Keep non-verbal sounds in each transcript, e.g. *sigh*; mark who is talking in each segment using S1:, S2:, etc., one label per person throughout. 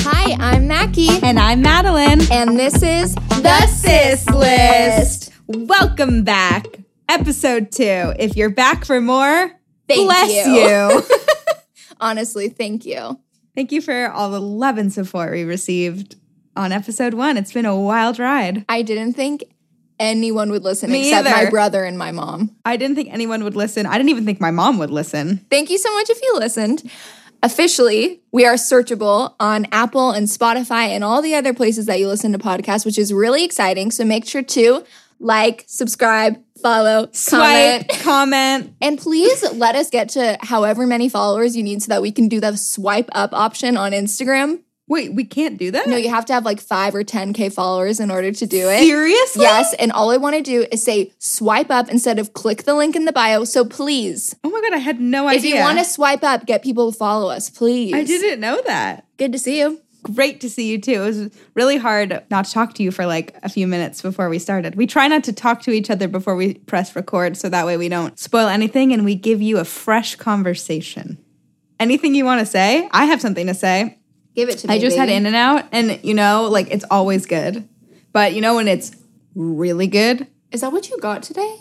S1: Hi, I'm Mackie,
S2: And I'm Madeline.
S1: and this is
S2: The Sis List. Welcome back. Episode two. If you're back for more,
S1: Thank
S2: bless
S1: you.
S2: you.
S1: *laughs* Honestly, thank you.
S2: Thank you for all the love and support we received on episode one. It's been a wild ride.
S1: I didn't think anyone would listen
S2: Me
S1: except my
S2: either.
S1: brother and my mom.
S2: I didn't think anyone would listen. I didn't even think my mom would listen.
S1: Thank you so much if you listened. Officially, we are searchable on Apple and Spotify and all the other places that you listen to podcasts, which is really exciting. So make sure to like, subscribe, follow, comment.
S2: Swipe, comment.
S1: And please let us get to however many followers you need so that we can do the swipe up option on Instagram.
S2: Wait, we can't do that?
S1: No, you have to have like five or 10K followers in order to do it.
S2: Seriously?
S1: Yes. And all I want to do is say swipe up instead of click the link in the bio. So please,
S2: Oh my God, I had no
S1: if
S2: idea.
S1: you want to swipe up, get people to follow us, please.
S2: I didn't know that.
S1: Good to see you.
S2: great to see you too. It was really hard not to talk to you for like a few minutes before we started. We try not to talk to each other before we press record so that way we don't spoil anything and we give you a fresh conversation. Anything you want to say? I have something to say.
S1: Give it to me.
S2: I just had
S1: baby.
S2: in and out and you know, like it's always good. But you know when it's really good,
S1: Is that what you got today?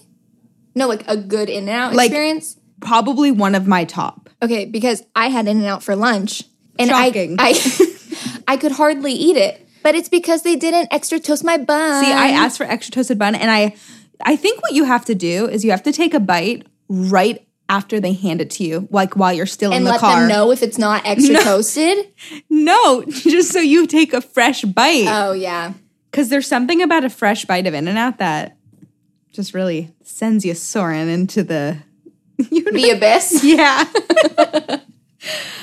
S1: No, like a good in and out
S2: Like-
S1: experience.
S2: probably one of my top.
S1: Okay, because I had in and out for lunch, and I-
S2: Shocking.
S1: I, *laughs* I, could hardly eat it. But it's because they didn't extra toast my bun.
S2: See, I asked for extra toasted bun, and I, I think what you have to do is you have to take a bite right after they hand it to you, like while you're still in
S1: and
S2: the
S1: let
S2: car.
S1: them know if it's not
S2: *laughs*
S1: extra toasted.
S2: No, *laughs* just so you take a fresh bite,
S1: Oh yeah,
S2: because there's something about a fresh bite of In-N-Out that just really sends you soaring
S1: *laughs*
S2: into the.
S1: the abyss.
S2: Yeah. *laughs*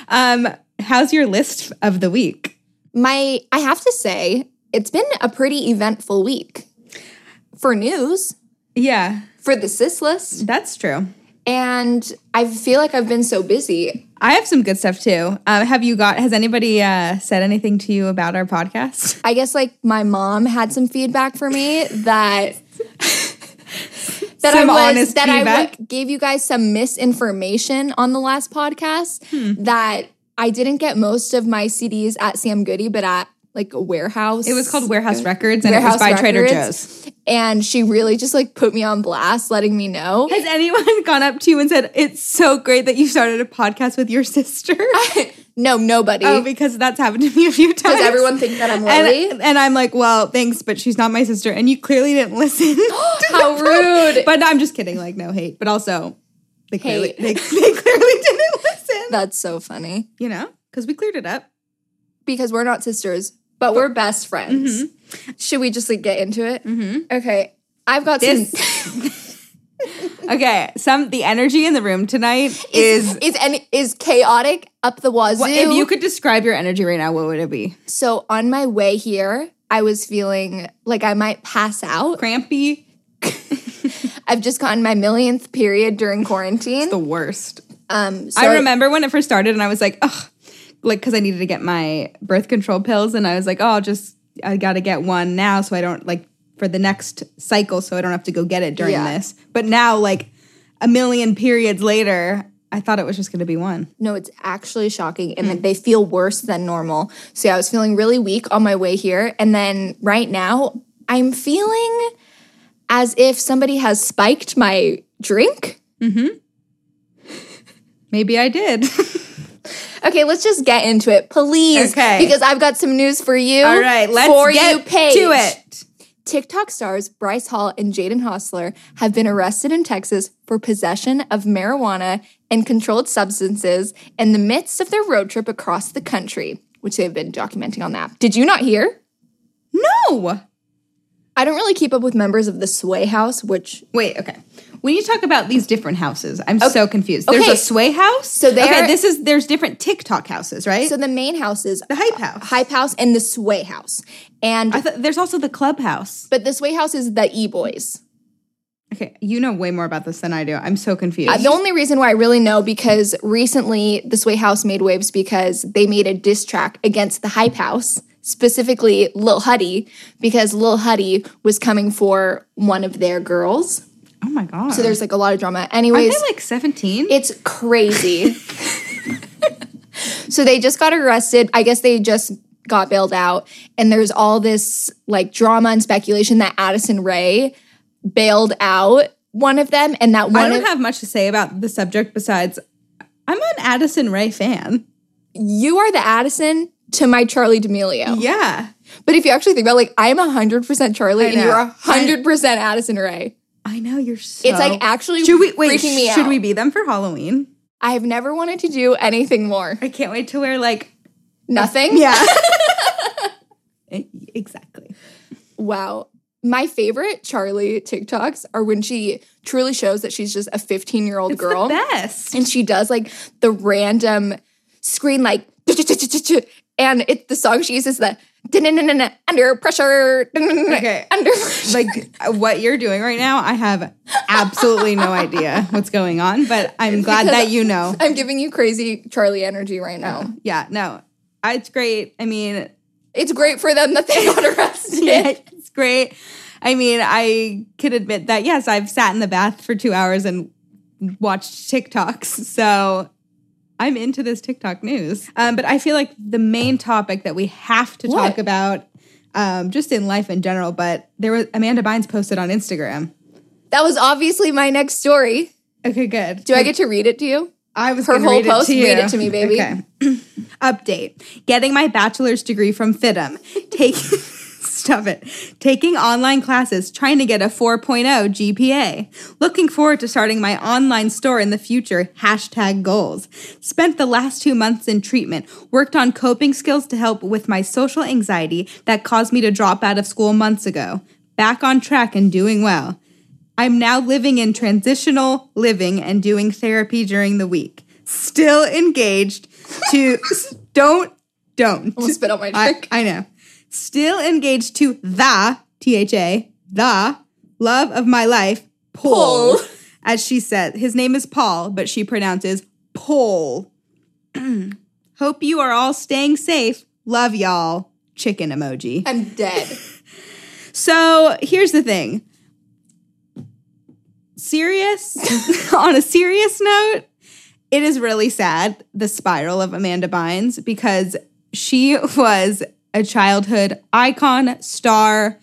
S2: um, how's your list of the week?
S1: My, I have to say, it's been a pretty eventful week for news
S2: Yeah,
S1: for the sis list,
S2: that's true.
S1: and I feel like I've been so busy.
S2: I have some good stuff too. Um, have you got? Has anybody uh, said anything to you about our podcast?
S1: I guess like my mom had some feedback for me
S2: *laughs*
S1: that that
S2: Some
S1: I was
S2: honest
S1: that I
S2: feedback.
S1: w- gave you guys some misinformation on the last podcast
S2: Hmm.
S1: that I didn't get most of my CDs at Sam Goody, but at like a warehouse.
S2: It was called Warehouse Records and
S1: Warehouse
S2: it was by Trader
S1: Records.
S2: Joe's.
S1: and she really just like put me on blast, letting me know.
S2: Has anyone *laughs* gone up to you and said, It's so great that you started a podcast with
S1: *laughs*
S2: your sister?
S1: No, nobody.
S2: oh, because that's happened to me a few times.
S1: Does everyone think that I'm lovely?
S2: *laughs* and, and I'm like, Well, thanks, but she's not my sister. And you clearly didn't *gasps* listen. *laughs*
S1: How rude.
S2: but I'm just kidding, like, no hate. But also, they clearly,
S1: Hate.
S2: they, *laughs* they clearly didn't listen.
S1: That's so funny
S2: You know, because we cleared it up.
S1: because we're not sisters, but we're best friends.
S2: Mm-hmm.
S1: Should we just like get into it? Mm-hmm. Okay. I've got some. *laughs*
S2: Okay, some the energy in the room tonight is.
S1: *laughs* is and is chaotic up the wazoo.
S2: If you could describe your energy right now, what would it be?
S1: so on my way here, I was feeling like I might pass out.
S2: Crampy,
S1: I've just gotten my millionth period during quarantine.
S2: the worst.
S1: Um, so
S2: I remember when it first started, and I was like, oh, like because I needed to get my birth control pills, and I was like, oh, I'll just I got to get one now, so I don't like for the next cycle, so I don't have to go get it during
S1: Yeah.
S2: this. But now, like a million periods later, I thought it was just going to be one.
S1: No, it's actually shocking.
S2: Hmm.
S1: And they feel worse than normal. So yeah, I was feeling really weak on my way here. And then right now, I'm feeling as if somebody has spiked my drink.
S2: Maybe I did. *laughs*
S1: Okay, let's just get into it, please.
S2: Okay.
S1: Because I've got some news for you.
S2: All right, let's
S1: for
S2: get
S1: you page.
S2: to it.
S1: TikTok stars Bryce Hall and Jaden Hostler have been arrested in Texas for possession of marijuana and controlled substances in the midst of their road trip across the country, which they've been documenting on the app. Did you not hear?
S2: No,
S1: I don't really keep up with members of the Sway House, which
S2: wait, okay. We need to talk about these different houses. I'm so confused. There's
S1: Okay.
S2: a sway house. So
S1: they
S2: okay,
S1: are-
S2: this is there's different TikTok houses, right?
S1: so the main house is
S2: the hype house.
S1: Hype House and the Sway House, and
S2: I thought there's also the clubhouse.
S1: but the Sway House is the E Boys.
S2: Okay, you know way more about this than I do. I'm so confused.
S1: Uh, the only reason why I really know because recently the Sway House made waves because they made a diss track against the Hype House, specifically Lil Huddy, because Lil Huddy was coming for one of their girls.
S2: Oh my god.
S1: So there's like a lot of drama.
S2: Aren't
S1: Anyways,
S2: they like 17?
S1: it's crazy. *laughs* so they just got arrested. I guess they just got bailed out. And there's all this like drama and speculation that Addison Ray bailed out one of them and that
S2: I
S1: one
S2: don't
S1: of,
S2: have much to say about the subject besides I'm an Addison Ray fan.
S1: you are the Addison to my Charlie D'Amelio.
S2: Yeah.
S1: But if you actually think about it, like I'm 100% Charlie
S2: I
S1: and you're
S2: know.
S1: 100% Addison Ray.
S2: I know you're so
S1: It's like actually
S2: Should we wait?
S1: freaking me
S2: should
S1: out.
S2: we be them for Halloween?
S1: I've never wanted to do anything more.
S2: I can't wait to wear like
S1: Nothing? *laughs*
S2: *laughs* Yeah. Eh, exactly.
S1: Wow. My favorite Charlie TikToks are when she truly shows that she's just a 15 year old girl.
S2: Best.
S1: And she does like the random screen, like, and it, the song she uses the under pressure,
S2: Okay.
S1: *laughs* under pressure.
S2: Like uh, what you're doing right now, I have absolutely no idea what's going on, but
S1: *laughs*
S2: I'm glad that you know.
S1: I'm giving you crazy Charlie energy right now.
S2: Yeah, no. It's great. I mean,
S1: It's great for them that they got *laughs* arrested.
S2: *laughs* Yeah, it's great. I mean, I can admit that yes, I've sat in the bath for two hours and watched TikToks. *laughs* So I'm into this TikTok news. Um, but I feel like the main topic that we have to
S1: What?
S2: talk about, um, just in life in general, but there was Amanda Bynes posted on Instagram.
S1: That was obviously my next story.
S2: Okay, good.
S1: Do I get to read it to *laughs* you?
S2: I was
S1: Her
S2: gonna
S1: whole
S2: read
S1: post?
S2: It to you.
S1: Read it to me, baby.
S2: Okay. *clears throat* Update: Getting my bachelor's degree from FITM. Take. *laughs* Stop it. Taking online classes, trying to get a 4.0 GPA. Looking forward to starting my online store in the future. Hashtag goals. Spent the last two months in treatment. Worked on coping skills to help with my social anxiety that caused me to drop out of school months ago. Back on track and doing well. I'm now living in transitional living and doing therapy during the week. Still engaged
S1: *laughs*
S2: to don't don't
S1: Almost spit out my
S2: I,
S1: drink.
S2: I know. Still engaged to the T H A the love of my life Paul,
S1: Paul.
S2: as she said. His name is Paul, but she pronounces Paul. *clears throat* Hope you are all staying safe. Love y'all. Chicken emoji.
S1: I'm dead.
S2: So here's the thing. Serious, *laughs* on a serious note, it is really sad the spiral of Amanda Bynes because she was a childhood icon, star.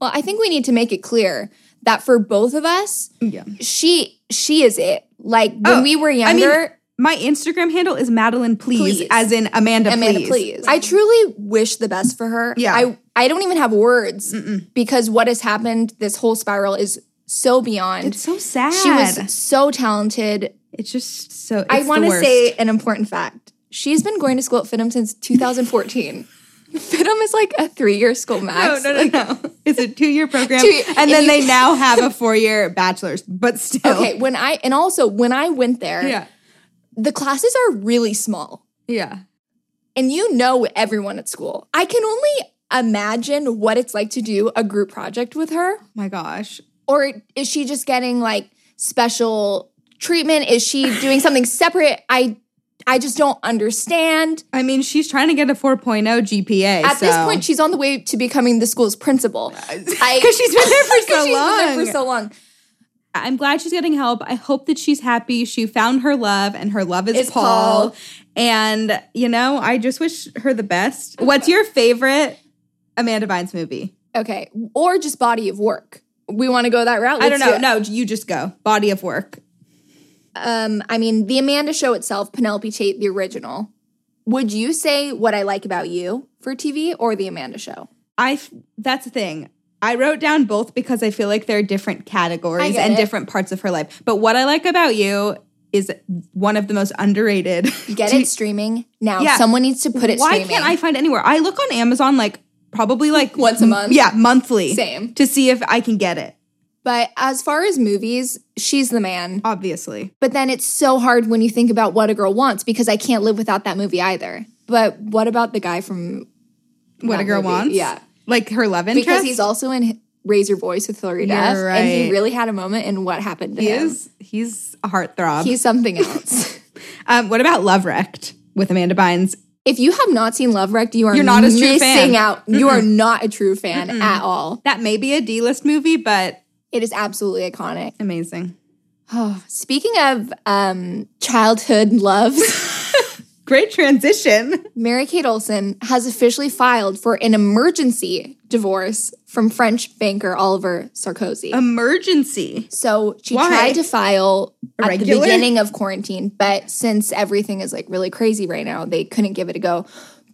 S1: Well, I think we need to make it clear that for both of us,
S2: Yeah.
S1: she she is it. Like when
S2: Oh,
S1: we were
S2: I mean,
S1: younger,
S2: my Instagram handle is Madeline Please,
S1: Please.
S2: as in Amanda,
S1: Amanda,
S2: Please.
S1: please. I truly wish the best for her.
S2: Yeah.
S1: I I don't even have words because what has happened, this whole spiral is so beyond.
S2: It's so sad.
S1: she was so talented.
S2: It's just so. It's
S1: I want to
S2: worst. *laughs*
S1: say an important fact. She's been going to school at Fidham since *laughs* 2014. Fidham is like a three-year school max.
S2: No, no, no, no. It's a two-year
S1: *laughs*
S2: program,
S1: Two- if
S2: and then
S1: you- *laughs*
S2: they now have a four-year bachelor's. But still,
S1: Okay, when I and also when I went there,
S2: yeah,
S1: the classes are really small.
S2: yeah. Oh
S1: and you know everyone at school. I can only imagine what it's like to do a group project with her.
S2: my gosh.
S1: Or is she just getting like special treatment? Is she doing something separate? I I just don't understand.
S2: I mean, she's trying to get a 4.0 GPA.
S1: At this point, she's on the way to becoming the school's
S2: *laughs*
S1: principal.
S2: because she's been there
S1: *laughs*
S2: for
S1: 'Cause
S2: so
S1: she's been there
S2: long.
S1: for so long.
S2: I'm glad she's getting help. I hope that she's happy. She found her love, and her love is,
S1: Is
S2: Paul.
S1: Paul.
S2: And, you know, I just wish her the best. What's your favorite Amanda Bynes movie?
S1: Okay, or just body of work. We want to go that route.
S2: I
S1: Let's
S2: don't know.
S1: do it.
S2: No, you just go. Body of work.
S1: Um, I mean, the Amanda Show itself, Penelope Tate, the original. Would you say what I like about you for TV or the Amanda Show?
S2: I f- that's the thing. I wrote down both because I feel like there are different
S1: I
S2: categories
S1: get
S2: and
S1: it.
S2: different parts of her life. But what I like about you is one of the most underrated.
S1: Get it streaming now.
S2: Yeah.
S1: Someone needs to put it
S2: Why
S1: streaming.
S2: can't I find anywhere? I look on Amazon like probably like
S1: Once a month?
S2: Yeah, monthly.
S1: Same.
S2: To see if I can get it.
S1: but as far as movies, she's the man.
S2: Obviously.
S1: But then it's so hard when you think about what a girl wants because I can't live without that movie either. But what about the guy from
S2: What
S1: That
S2: a girl
S1: movie,
S2: wants.
S1: yeah.
S2: Like her love interest.
S1: because he's also in Raise Your Voice with Hilary
S2: You're
S1: Duff, and he
S2: right.
S1: really had a moment in what happened to
S2: he
S1: him.
S2: is he's a heartthrob.
S1: He's something else. *laughs*
S2: um, what about Love Wrecked with Amanda Bynes?
S1: If you have not seen Love Wrecked, you are
S2: You're not a true
S1: missing
S2: fan.
S1: out. You are not a true fan at all.
S2: That may be a D list movie, but
S1: It is absolutely iconic.
S2: Amazing.
S1: Oh, speaking of um, childhood loves, *laughs*
S2: Great transition. *laughs*
S1: Mary Kate Olsen has officially filed for an emergency divorce from French banker Oliver Sarkozy.
S2: Emergency.
S1: So she
S2: Why?
S1: tried to file at the
S2: Irregular?
S1: beginning of quarantine, but since everything is like really crazy right now, they couldn't give it a go.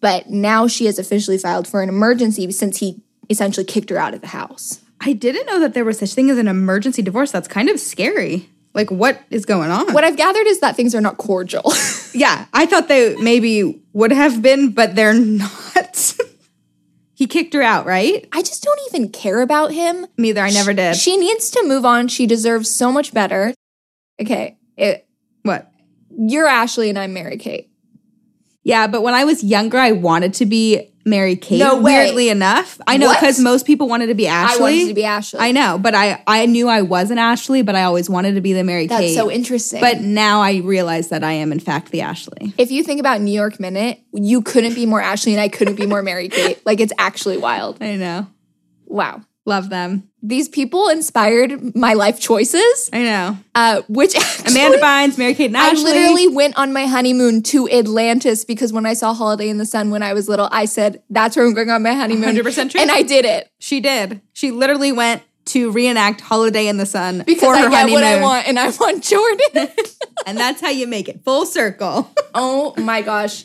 S1: But now she has officially filed for an emergency since he essentially kicked her out of the house.
S2: I didn't know that there was such thing as an emergency divorce. That's kind of scary. Like what is going on?
S1: What I've gathered is that things are not cordial. *laughs*
S2: Yeah, I thought they maybe would have been, but they're *laughs* not. he kicked her out, right?
S1: I just don't even care about him.
S2: Me either. I never did.
S1: She needs to move on. She deserves so much better. Okay, it,
S2: what?
S1: you're Ashley and I'm Mary Kate.
S2: Yeah, but when I was younger, I wanted to be Mary Kate.
S1: No way.
S2: Weirdly enough, I know
S1: What?
S2: because most people wanted to be Ashley.
S1: I wanted to be Ashley.
S2: I know, but I I knew I wasn't Ashley, but I always wanted to be the Mary
S1: That's
S2: Kate.
S1: so interesting.
S2: But now I realize that I am in fact the Ashley.
S1: If you think about New York Minute, you couldn't be more Ashley and I couldn't be more Mary Kate. Like it's actually wild.
S2: I know.
S1: Wow.
S2: Love them.
S1: These people inspired my life choices,
S2: I know.
S1: uh, which actually,
S2: Amanda Bynes, Mary Kate, and
S1: I
S2: Ashley.
S1: literally went on my honeymoon to Atlantis because when I saw Holiday in the Sun when I was little, I said, that's where I'm going on my honeymoon.
S2: 100% true.
S1: And I did it
S2: She did. She literally went to reenact Holiday in the Sun
S1: because
S2: for
S1: I
S2: her
S1: get
S2: honeymoon.
S1: what I want and I want Jordan. *laughs*
S2: And that's how you make it full circle. *laughs*
S1: oh my gosh.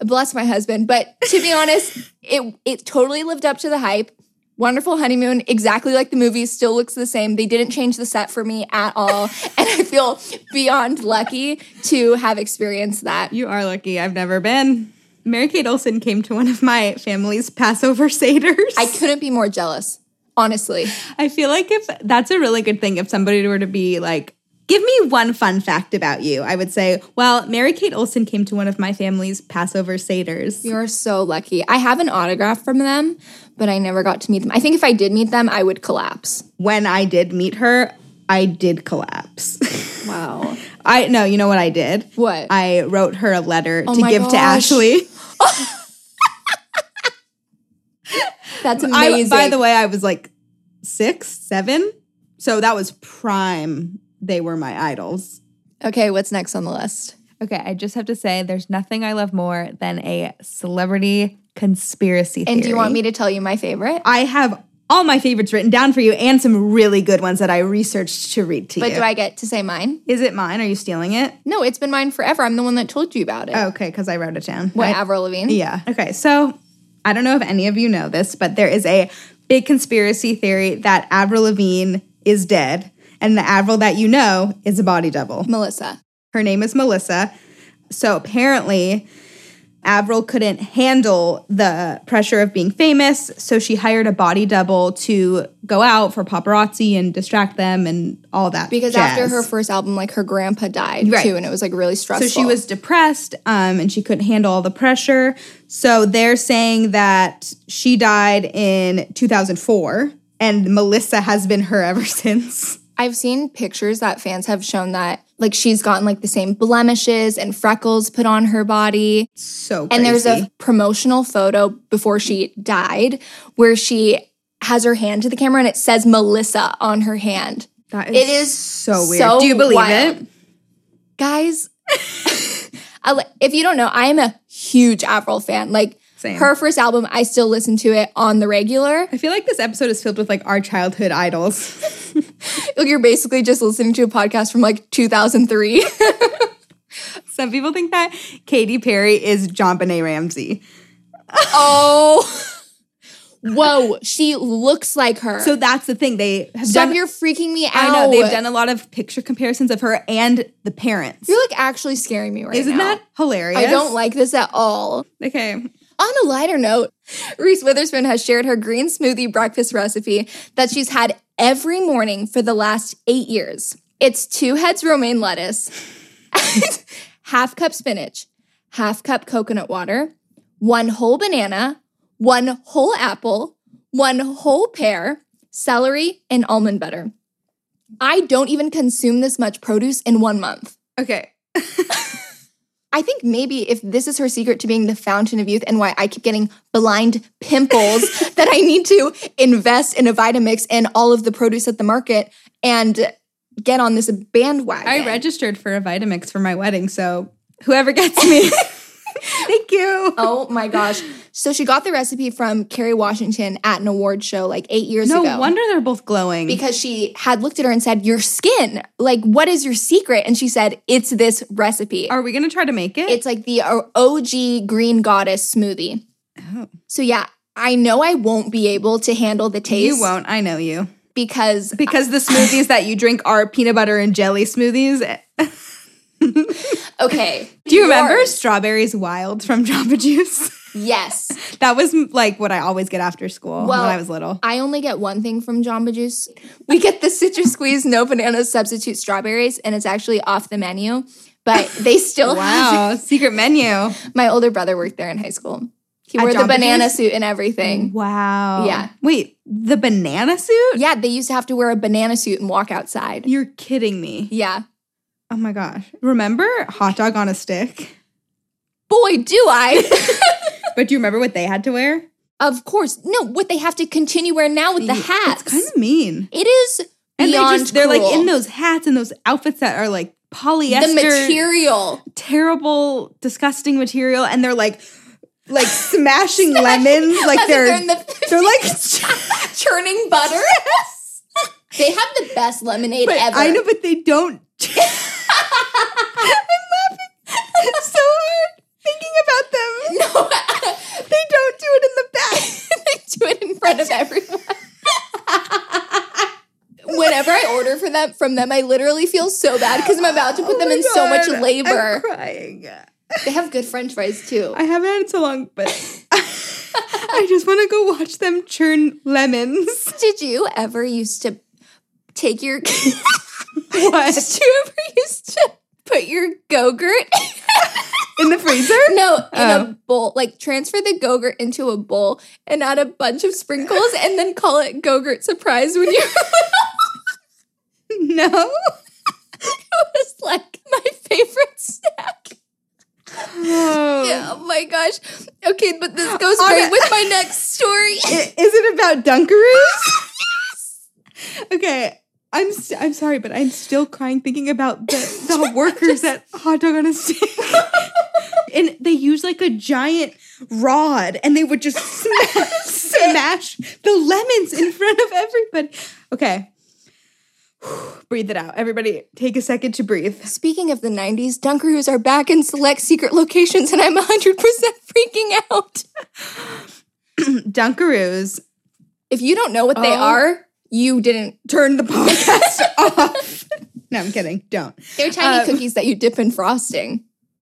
S1: Bless my husband. But to be honest, it it totally lived up to the hype. Wonderful honeymoon, exactly like the movie, still looks the same. They didn't change the set for me at all. *laughs* and I feel beyond lucky to have experienced that.
S2: you are lucky. I've never been. Mary Kate Olsen came to one of my family's Passover *laughs* Seders.
S1: I couldn't be more jealous, honestly.
S2: I feel like if that's a really good thing, if somebody were to be like, give me one fun fact about you, I would say, well, Mary Kate Olsen came to one of my family's Passover Seders.
S1: You're so lucky. I have an autograph from them, but I never got to meet them. I think if I did meet them, I would collapse.
S2: When I did meet her, I did collapse. *laughs*
S1: Wow.
S2: I no, you know what I did?
S1: What?
S2: I wrote her a letter to
S1: Oh my
S2: give to
S1: gosh.
S2: Ashley. *laughs*
S1: That's
S2: I,
S1: amazing.
S2: by the way, I was like six, seven. So that was prime. They were my idols.
S1: okay, what's next on the list?
S2: Okay, I just have to say there's nothing I love more than a celebrity conspiracy theory.
S1: And do you want me to tell you my favorite?
S2: I have all my favorites written down for you and some really good ones that I researched to read to
S1: But
S2: you.
S1: do I get to say mine?
S2: Is it mine? Are you stealing it?
S1: No, it's been mine forever. I'm the one that told you about it.
S2: Okay, because Oh, I wrote it down.
S1: What, Avril Lavigne?
S2: Yeah. Okay. So I don't know if any of you know this, but there is a big conspiracy theory that Avril Lavigne is dead, and the Avril that you know is a body double.
S1: Melissa.
S2: Her name is Melissa. So apparently, Avril couldn't handle the pressure of being famous, so she hired a body double to go out for paparazzi and distract them and all that.
S1: Because after
S2: jazz.
S1: her first album, like her grandpa died
S2: Right.
S1: too, and it was like really stressful.
S2: So she was depressed um, and she couldn't handle all the pressure. So they're saying that she died in 2004 and Melissa has been her ever *laughs* since.
S1: I've seen pictures that fans have shown that like she's gotten like the same blemishes and freckles put on her body.
S2: So crazy.
S1: And there's a promotional photo before she died where she has her hand to the camera and it says Melissa on her hand.
S2: that
S1: it is
S2: so weird.
S1: so
S2: Do you believe
S1: wild.
S2: it?
S1: guys *laughs* I li- if you don't know i am a huge avril fan like
S2: Same.
S1: her first album i still listen to it on the regular *laughs*
S2: I feel like this episode is filled with like our childhood idols. *laughs*
S1: Like, you're basically just listening to a podcast from like *laughs* 2003
S2: Some people think that Katy Perry is John Bonet Ramsey.
S1: oh whoa she looks like her
S2: So that's the thing. They have
S1: Stop,
S2: done
S1: you're freaking me out
S2: I know they've done a lot of picture comparisons of her and the parents.
S1: you're like actually scaring me right
S2: Isn't
S1: now.
S2: that hilarious?
S1: i don't like this at all
S2: Okay.
S1: On a lighter note, Reese Witherspoon has shared her green smoothie breakfast recipe that she's had every morning for the last eight years. It's two heads romaine lettuce, *laughs* half cup spinach, half cup coconut water, one whole banana, one whole apple, one whole pear, celery, and almond butter. I don't even consume this much produce in one month.
S2: Okay.
S1: I think maybe if this is her secret to being the fountain of youth and why I keep getting blind
S2: *laughs*
S1: pimples, that I need to invest in a Vitamix and all of the produce at the market and get on this bandwagon.
S2: I registered for a Vitamix for my wedding, so whoever gets
S1: *laughs*
S2: me, thank you.
S1: Oh my gosh. So she got the recipe from Carrie Washington at an award show like eight years
S2: No
S1: ago.
S2: wonder they're both glowing.
S1: because she had looked at her and said, Your skin, like, what is your secret? And she said, It's this recipe.
S2: Are we gonna try to make it?
S1: It's like the uh, O- OG Green Goddess smoothie.
S2: Oh.
S1: So yeah, I know I won't be able to handle the taste
S2: you won't. I know you.
S1: because
S2: Because the smoothies that you drink are peanut butter and jelly smoothies.
S1: okay.
S2: *laughs* Do you remember
S1: Yours.
S2: strawberries wild from Jamba Juice? *laughs*
S1: Yes.
S2: that was m- like what I always get after school
S1: Well,
S2: when I was little.
S1: I only get one thing from Jamba Juice. We get the citrus squeeze, no bananas, substitute strawberries, and it's actually off the menu. But they
S2: *laughs*
S1: still have
S2: Wow, secret menu.
S1: it. my older brother worked there in high school. He
S2: At
S1: wore the
S2: Jamba
S1: banana
S2: Juice? Mm-hmm.
S1: suit and everything.
S2: Wow.
S1: Yeah.
S2: Wait, the banana suit?
S1: Yeah, they used to have to wear a banana suit and walk
S2: *laughs*
S1: outside.
S2: You're kidding me.
S1: Yeah.
S2: Oh my gosh. Remember hot dog on a stick?
S1: Boy, do I. *laughs*
S2: But do you remember what they had to wear?
S1: Of course. No, what they have to continue wearing now with the hats.
S2: It's kind of mean.
S1: it is
S2: And they
S1: beyond
S2: just they're like
S1: cruel.
S2: in those hats and those outfits that are like polyester
S1: the material.
S2: terrible, disgusting material, and they're like,
S1: *laughs*
S2: like smashing lemons, like
S1: As if
S2: they're,
S1: they're in the
S2: *laughs*
S1: *laughs*
S2: they're like.
S1: churning butter. *laughs* they have the best lemonade
S2: but
S1: ever.
S2: I know, but they don't. *laughs* I'm laughing *laughs* so hard thinking about
S1: *laughs*
S2: them.
S1: No, *laughs*
S2: They don't do it in the back.
S1: they do it in front of everyone. *laughs* Whenever I order for them from them, I literally feel so bad because I'm about to put them
S2: Oh my
S1: in so much
S2: God, I'm
S1: labor.
S2: crying.
S1: They have good French fries too.
S2: I haven't had it so long, but I just want to go watch them churn lemons.
S1: Did you ever used to take your?
S2: *laughs*
S1: *laughs*
S2: What
S1: Did you ever used to put your go-gurt?
S2: in the freezer?
S1: no, in a
S2: Oh.
S1: bowl. Like transfer the go-gurt into a bowl and add a bunch of sprinkles and then call it go-gurt surprise when you
S2: *laughs*
S1: *laughs*
S2: No.
S1: it was like my favorite snack. Yeah, oh my gosh. Okay, but *gasps* this goes
S2: On
S1: great
S2: a-
S1: with my next story.
S2: I- Is it about *laughs* Dunkaroos? okay, I'm st- I'm sorry, but I'm still crying thinking about the, the *laughs* workers at Hot Dog on a Stick, *laughs* and they use like a giant rod, and they would *laughs* just smash, smash the lemons in front of everybody. Okay. *sighs* Breathe it out. Everybody, take a second to
S1: *laughs*
S2: breathe.
S1: Speaking of the 90s, Dunkaroos are back in select secret locations and I'm 100% freaking out.
S2: Dunkaroos,
S1: If you don't know what they
S2: Oh.
S1: are, you didn't.
S2: turn the podcast *laughs* off. No, I'm kidding. Don't.
S1: They're tiny
S2: Um,
S1: cookies that you dip in frosting.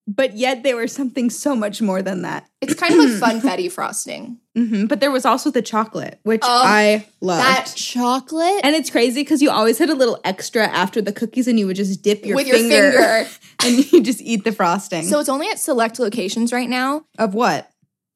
S2: But yet they were something so much more than that.
S1: It's kind of
S2: *clears throat*
S1: like funfetti frosting.
S2: hmm But there was also the chocolate, which
S1: Oh,
S2: I loved.
S1: That chocolate
S2: and it's crazy because you always had a little extra after the cookies, and you would just dip your
S1: with
S2: finger,
S1: your finger.
S2: *laughs* and you just eat the frosting.
S1: so it's only at select locations right now.
S2: of what?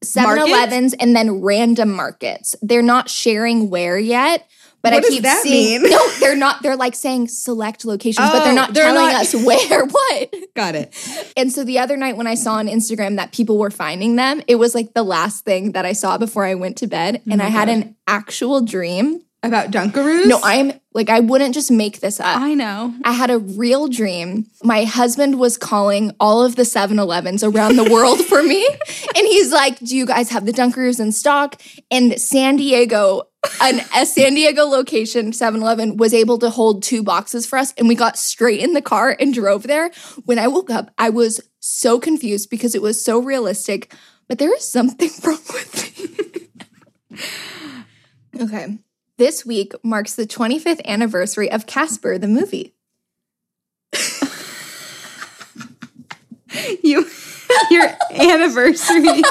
S1: 7-Elevens and then random markets. They're not sharing where yet, but
S2: What
S1: I
S2: does
S1: keep
S2: that
S1: seeing
S2: mean?
S1: No, they're not they're like saying select locations, but they're
S2: Oh,
S1: not
S2: they're
S1: telling
S2: not-
S1: us *laughs* where what.
S2: Got it.
S1: And so the other night when I saw on Instagram that people were finding them, it was like the last thing that I saw before I went to bed and I
S2: Mm-hmm.
S1: had an actual dream.
S2: About Dunkaroos?
S1: No, I'm like I wouldn't just make this up.
S2: I know. *laughs*
S1: I had a real dream. My husband was calling all of the 7 Elevens around the world for me. And he's like, Do you guys have the Dunkaroos in stock? And San Diego, an, a San Diego location 7 Eleven was able to hold two boxes for us. And we got straight in the car and drove there. When I woke up, I was so confused because it was so realistic. But there is something *laughs* wrong with me. *laughs* okay. This week marks the 25th anniversary of Casper, the movie.
S2: You, your
S1: *laughs*
S2: anniversaries.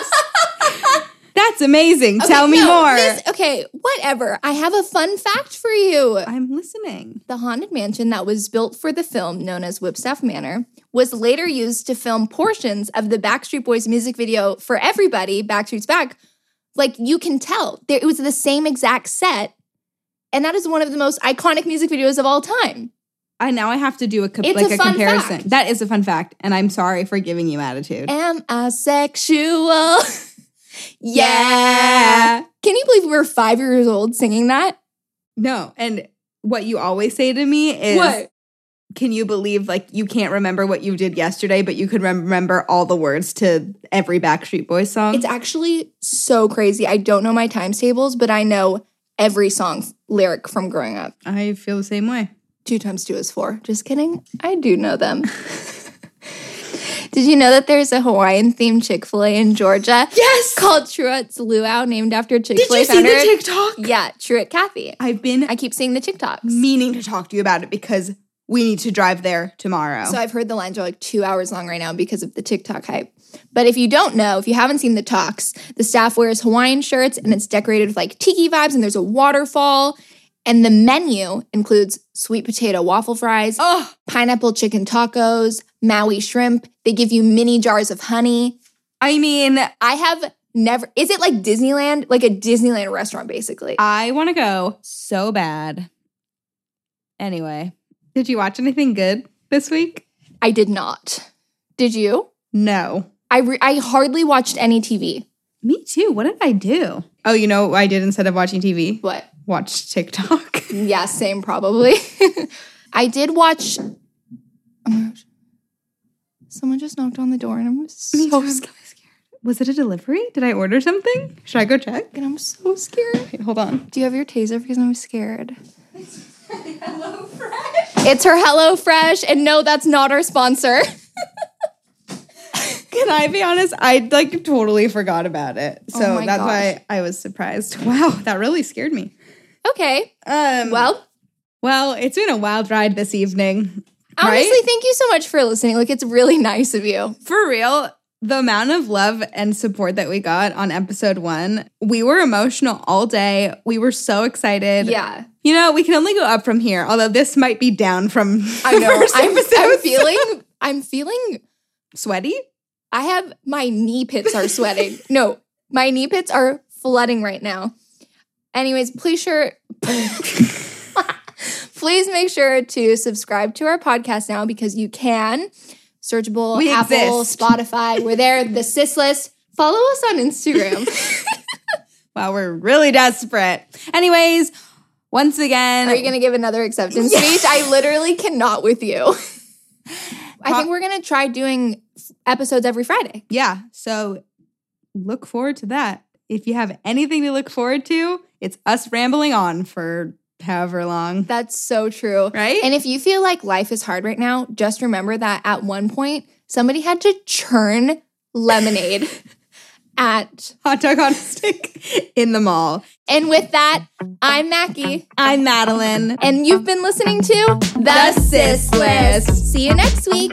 S2: That's amazing.
S1: Okay,
S2: Tell me
S1: no,
S2: more.
S1: this- okay, whatever. I have a fun fact for you.
S2: I'm listening.
S1: The haunted mansion that was built for the film, known as Whipstaff Manor, was later used to film portions of the Backstreet Boys music video for Everybody, Backstreet's Back. Like you can tell, there, it was the same exact set. And that is one of the most iconic music videos of all time.
S2: I now I have to do a co-
S1: It's
S2: like
S1: a
S2: a,
S1: fun
S2: comparison.
S1: fact.
S2: That is a fun fact, and I'm sorry for giving you attitude.
S1: Am I *laughs* sexual? yeah.
S2: yeah.
S1: Can you believe we were five years old singing that?
S2: No, and what you always say to me is, "Can you believe like you can't remember what you did yesterday, but you could rem- remember all the words to every Backstreet Boys song?"
S1: It's actually so crazy. I don't know my times tables, but I know every song's lyric from growing up.
S2: I feel the same way.
S1: Two times two is four. Just kidding. I do know
S2: *laughs*
S1: them. Did you know that there's a Hawaiian themed Chick fil A in Georgia?
S2: Yes!
S1: Called Truett's Luau, named after Chick
S2: Did
S1: fil A
S2: you see
S1: founder.
S2: the TikTok?
S1: yeah, Truett Cathy.
S2: I've been
S1: I keep seeing the TikToks.
S2: meaning to talk to you about it because we need to drive there tomorrow.
S1: So I've heard the lines are like two hours long right now because of the TikTok hype. But if you don't know, if you haven't seen the talks, the staff wears Hawaiian shirts and it's decorated with like tiki vibes and there's a waterfall. And the menu includes sweet potato waffle fries,
S2: oh,
S1: pineapple chicken tacos, Maui shrimp. They give you mini jars of honey.
S2: I mean,
S1: I have never, is it like Disneyland? Like a Disneyland restaurant, basically.
S2: I want to go so bad. Anyway, did you watch anything good this week?
S1: I did not. Did you?
S2: No.
S1: I, re- I hardly watched any TV.
S2: Me too. What did I do? Oh, you know what I did instead of watching TV?
S1: What?
S2: Watch TikTok. *laughs*
S1: Yeah, same probably. *laughs* I did watch. Oh my gosh. Someone just knocked on the door, and I'm so scared.
S2: Was it a delivery? Did I order something? Should I go check?
S1: And I'm so scared.
S2: Wait, hold on.
S1: Do you have your taser? Because I'm scared. It's her Hello Fresh, and no, that's not our sponsor. *laughs*
S2: Can I be honest? I like totally forgot about it. So
S1: my
S2: that's
S1: gosh.
S2: why I was surprised. *laughs* Wow, that really scared me.
S1: Okay,
S2: Um,
S1: well,
S2: well, it's been a wild ride this evening.
S1: honestly,
S2: Right?
S1: thank you so much for listening. Like, it's really nice of you.
S2: For real, the amount of love and support that we got on episode one, we were emotional all day. We were so excited.
S1: Yeah,
S2: You know, we can only go up from here, although this might be down from
S1: I *laughs*
S2: *laughs*
S1: know.
S2: first
S1: I'm,
S2: episode.
S1: I'm *laughs* feeling. I'm feeling
S2: sweaty.
S1: I have my knee pits are
S2: *laughs*
S1: sweating. no, my knee pits are flooding right now. Anyways, please sure *laughs* please make sure to subscribe to our podcast now because you can. Searchable,
S2: We
S1: Apple,
S2: exist.
S1: Spotify. We're
S2: *laughs*
S1: there. The sis list. Follow us on Instagram.
S2: Wow, we're really desperate. Anyways, once again,
S1: Are you gonna give another acceptance
S2: Yes.
S1: speech? I literally cannot with you.
S2: *laughs*
S1: I think we're gonna try doing episodes every Friday.
S2: yeah, so look forward to that. If you have anything to look forward to, it's us rambling on for however long,
S1: That's so true.
S2: right?
S1: And if you feel like life is hard right now, just remember that at one point, somebody had to churn lemonade at.
S2: hot dog on a stick in the mall.
S1: And with that, I'm Mackie,
S2: I'm Madeline.
S1: and you've been listening to
S2: The Sis List.
S1: See you next week.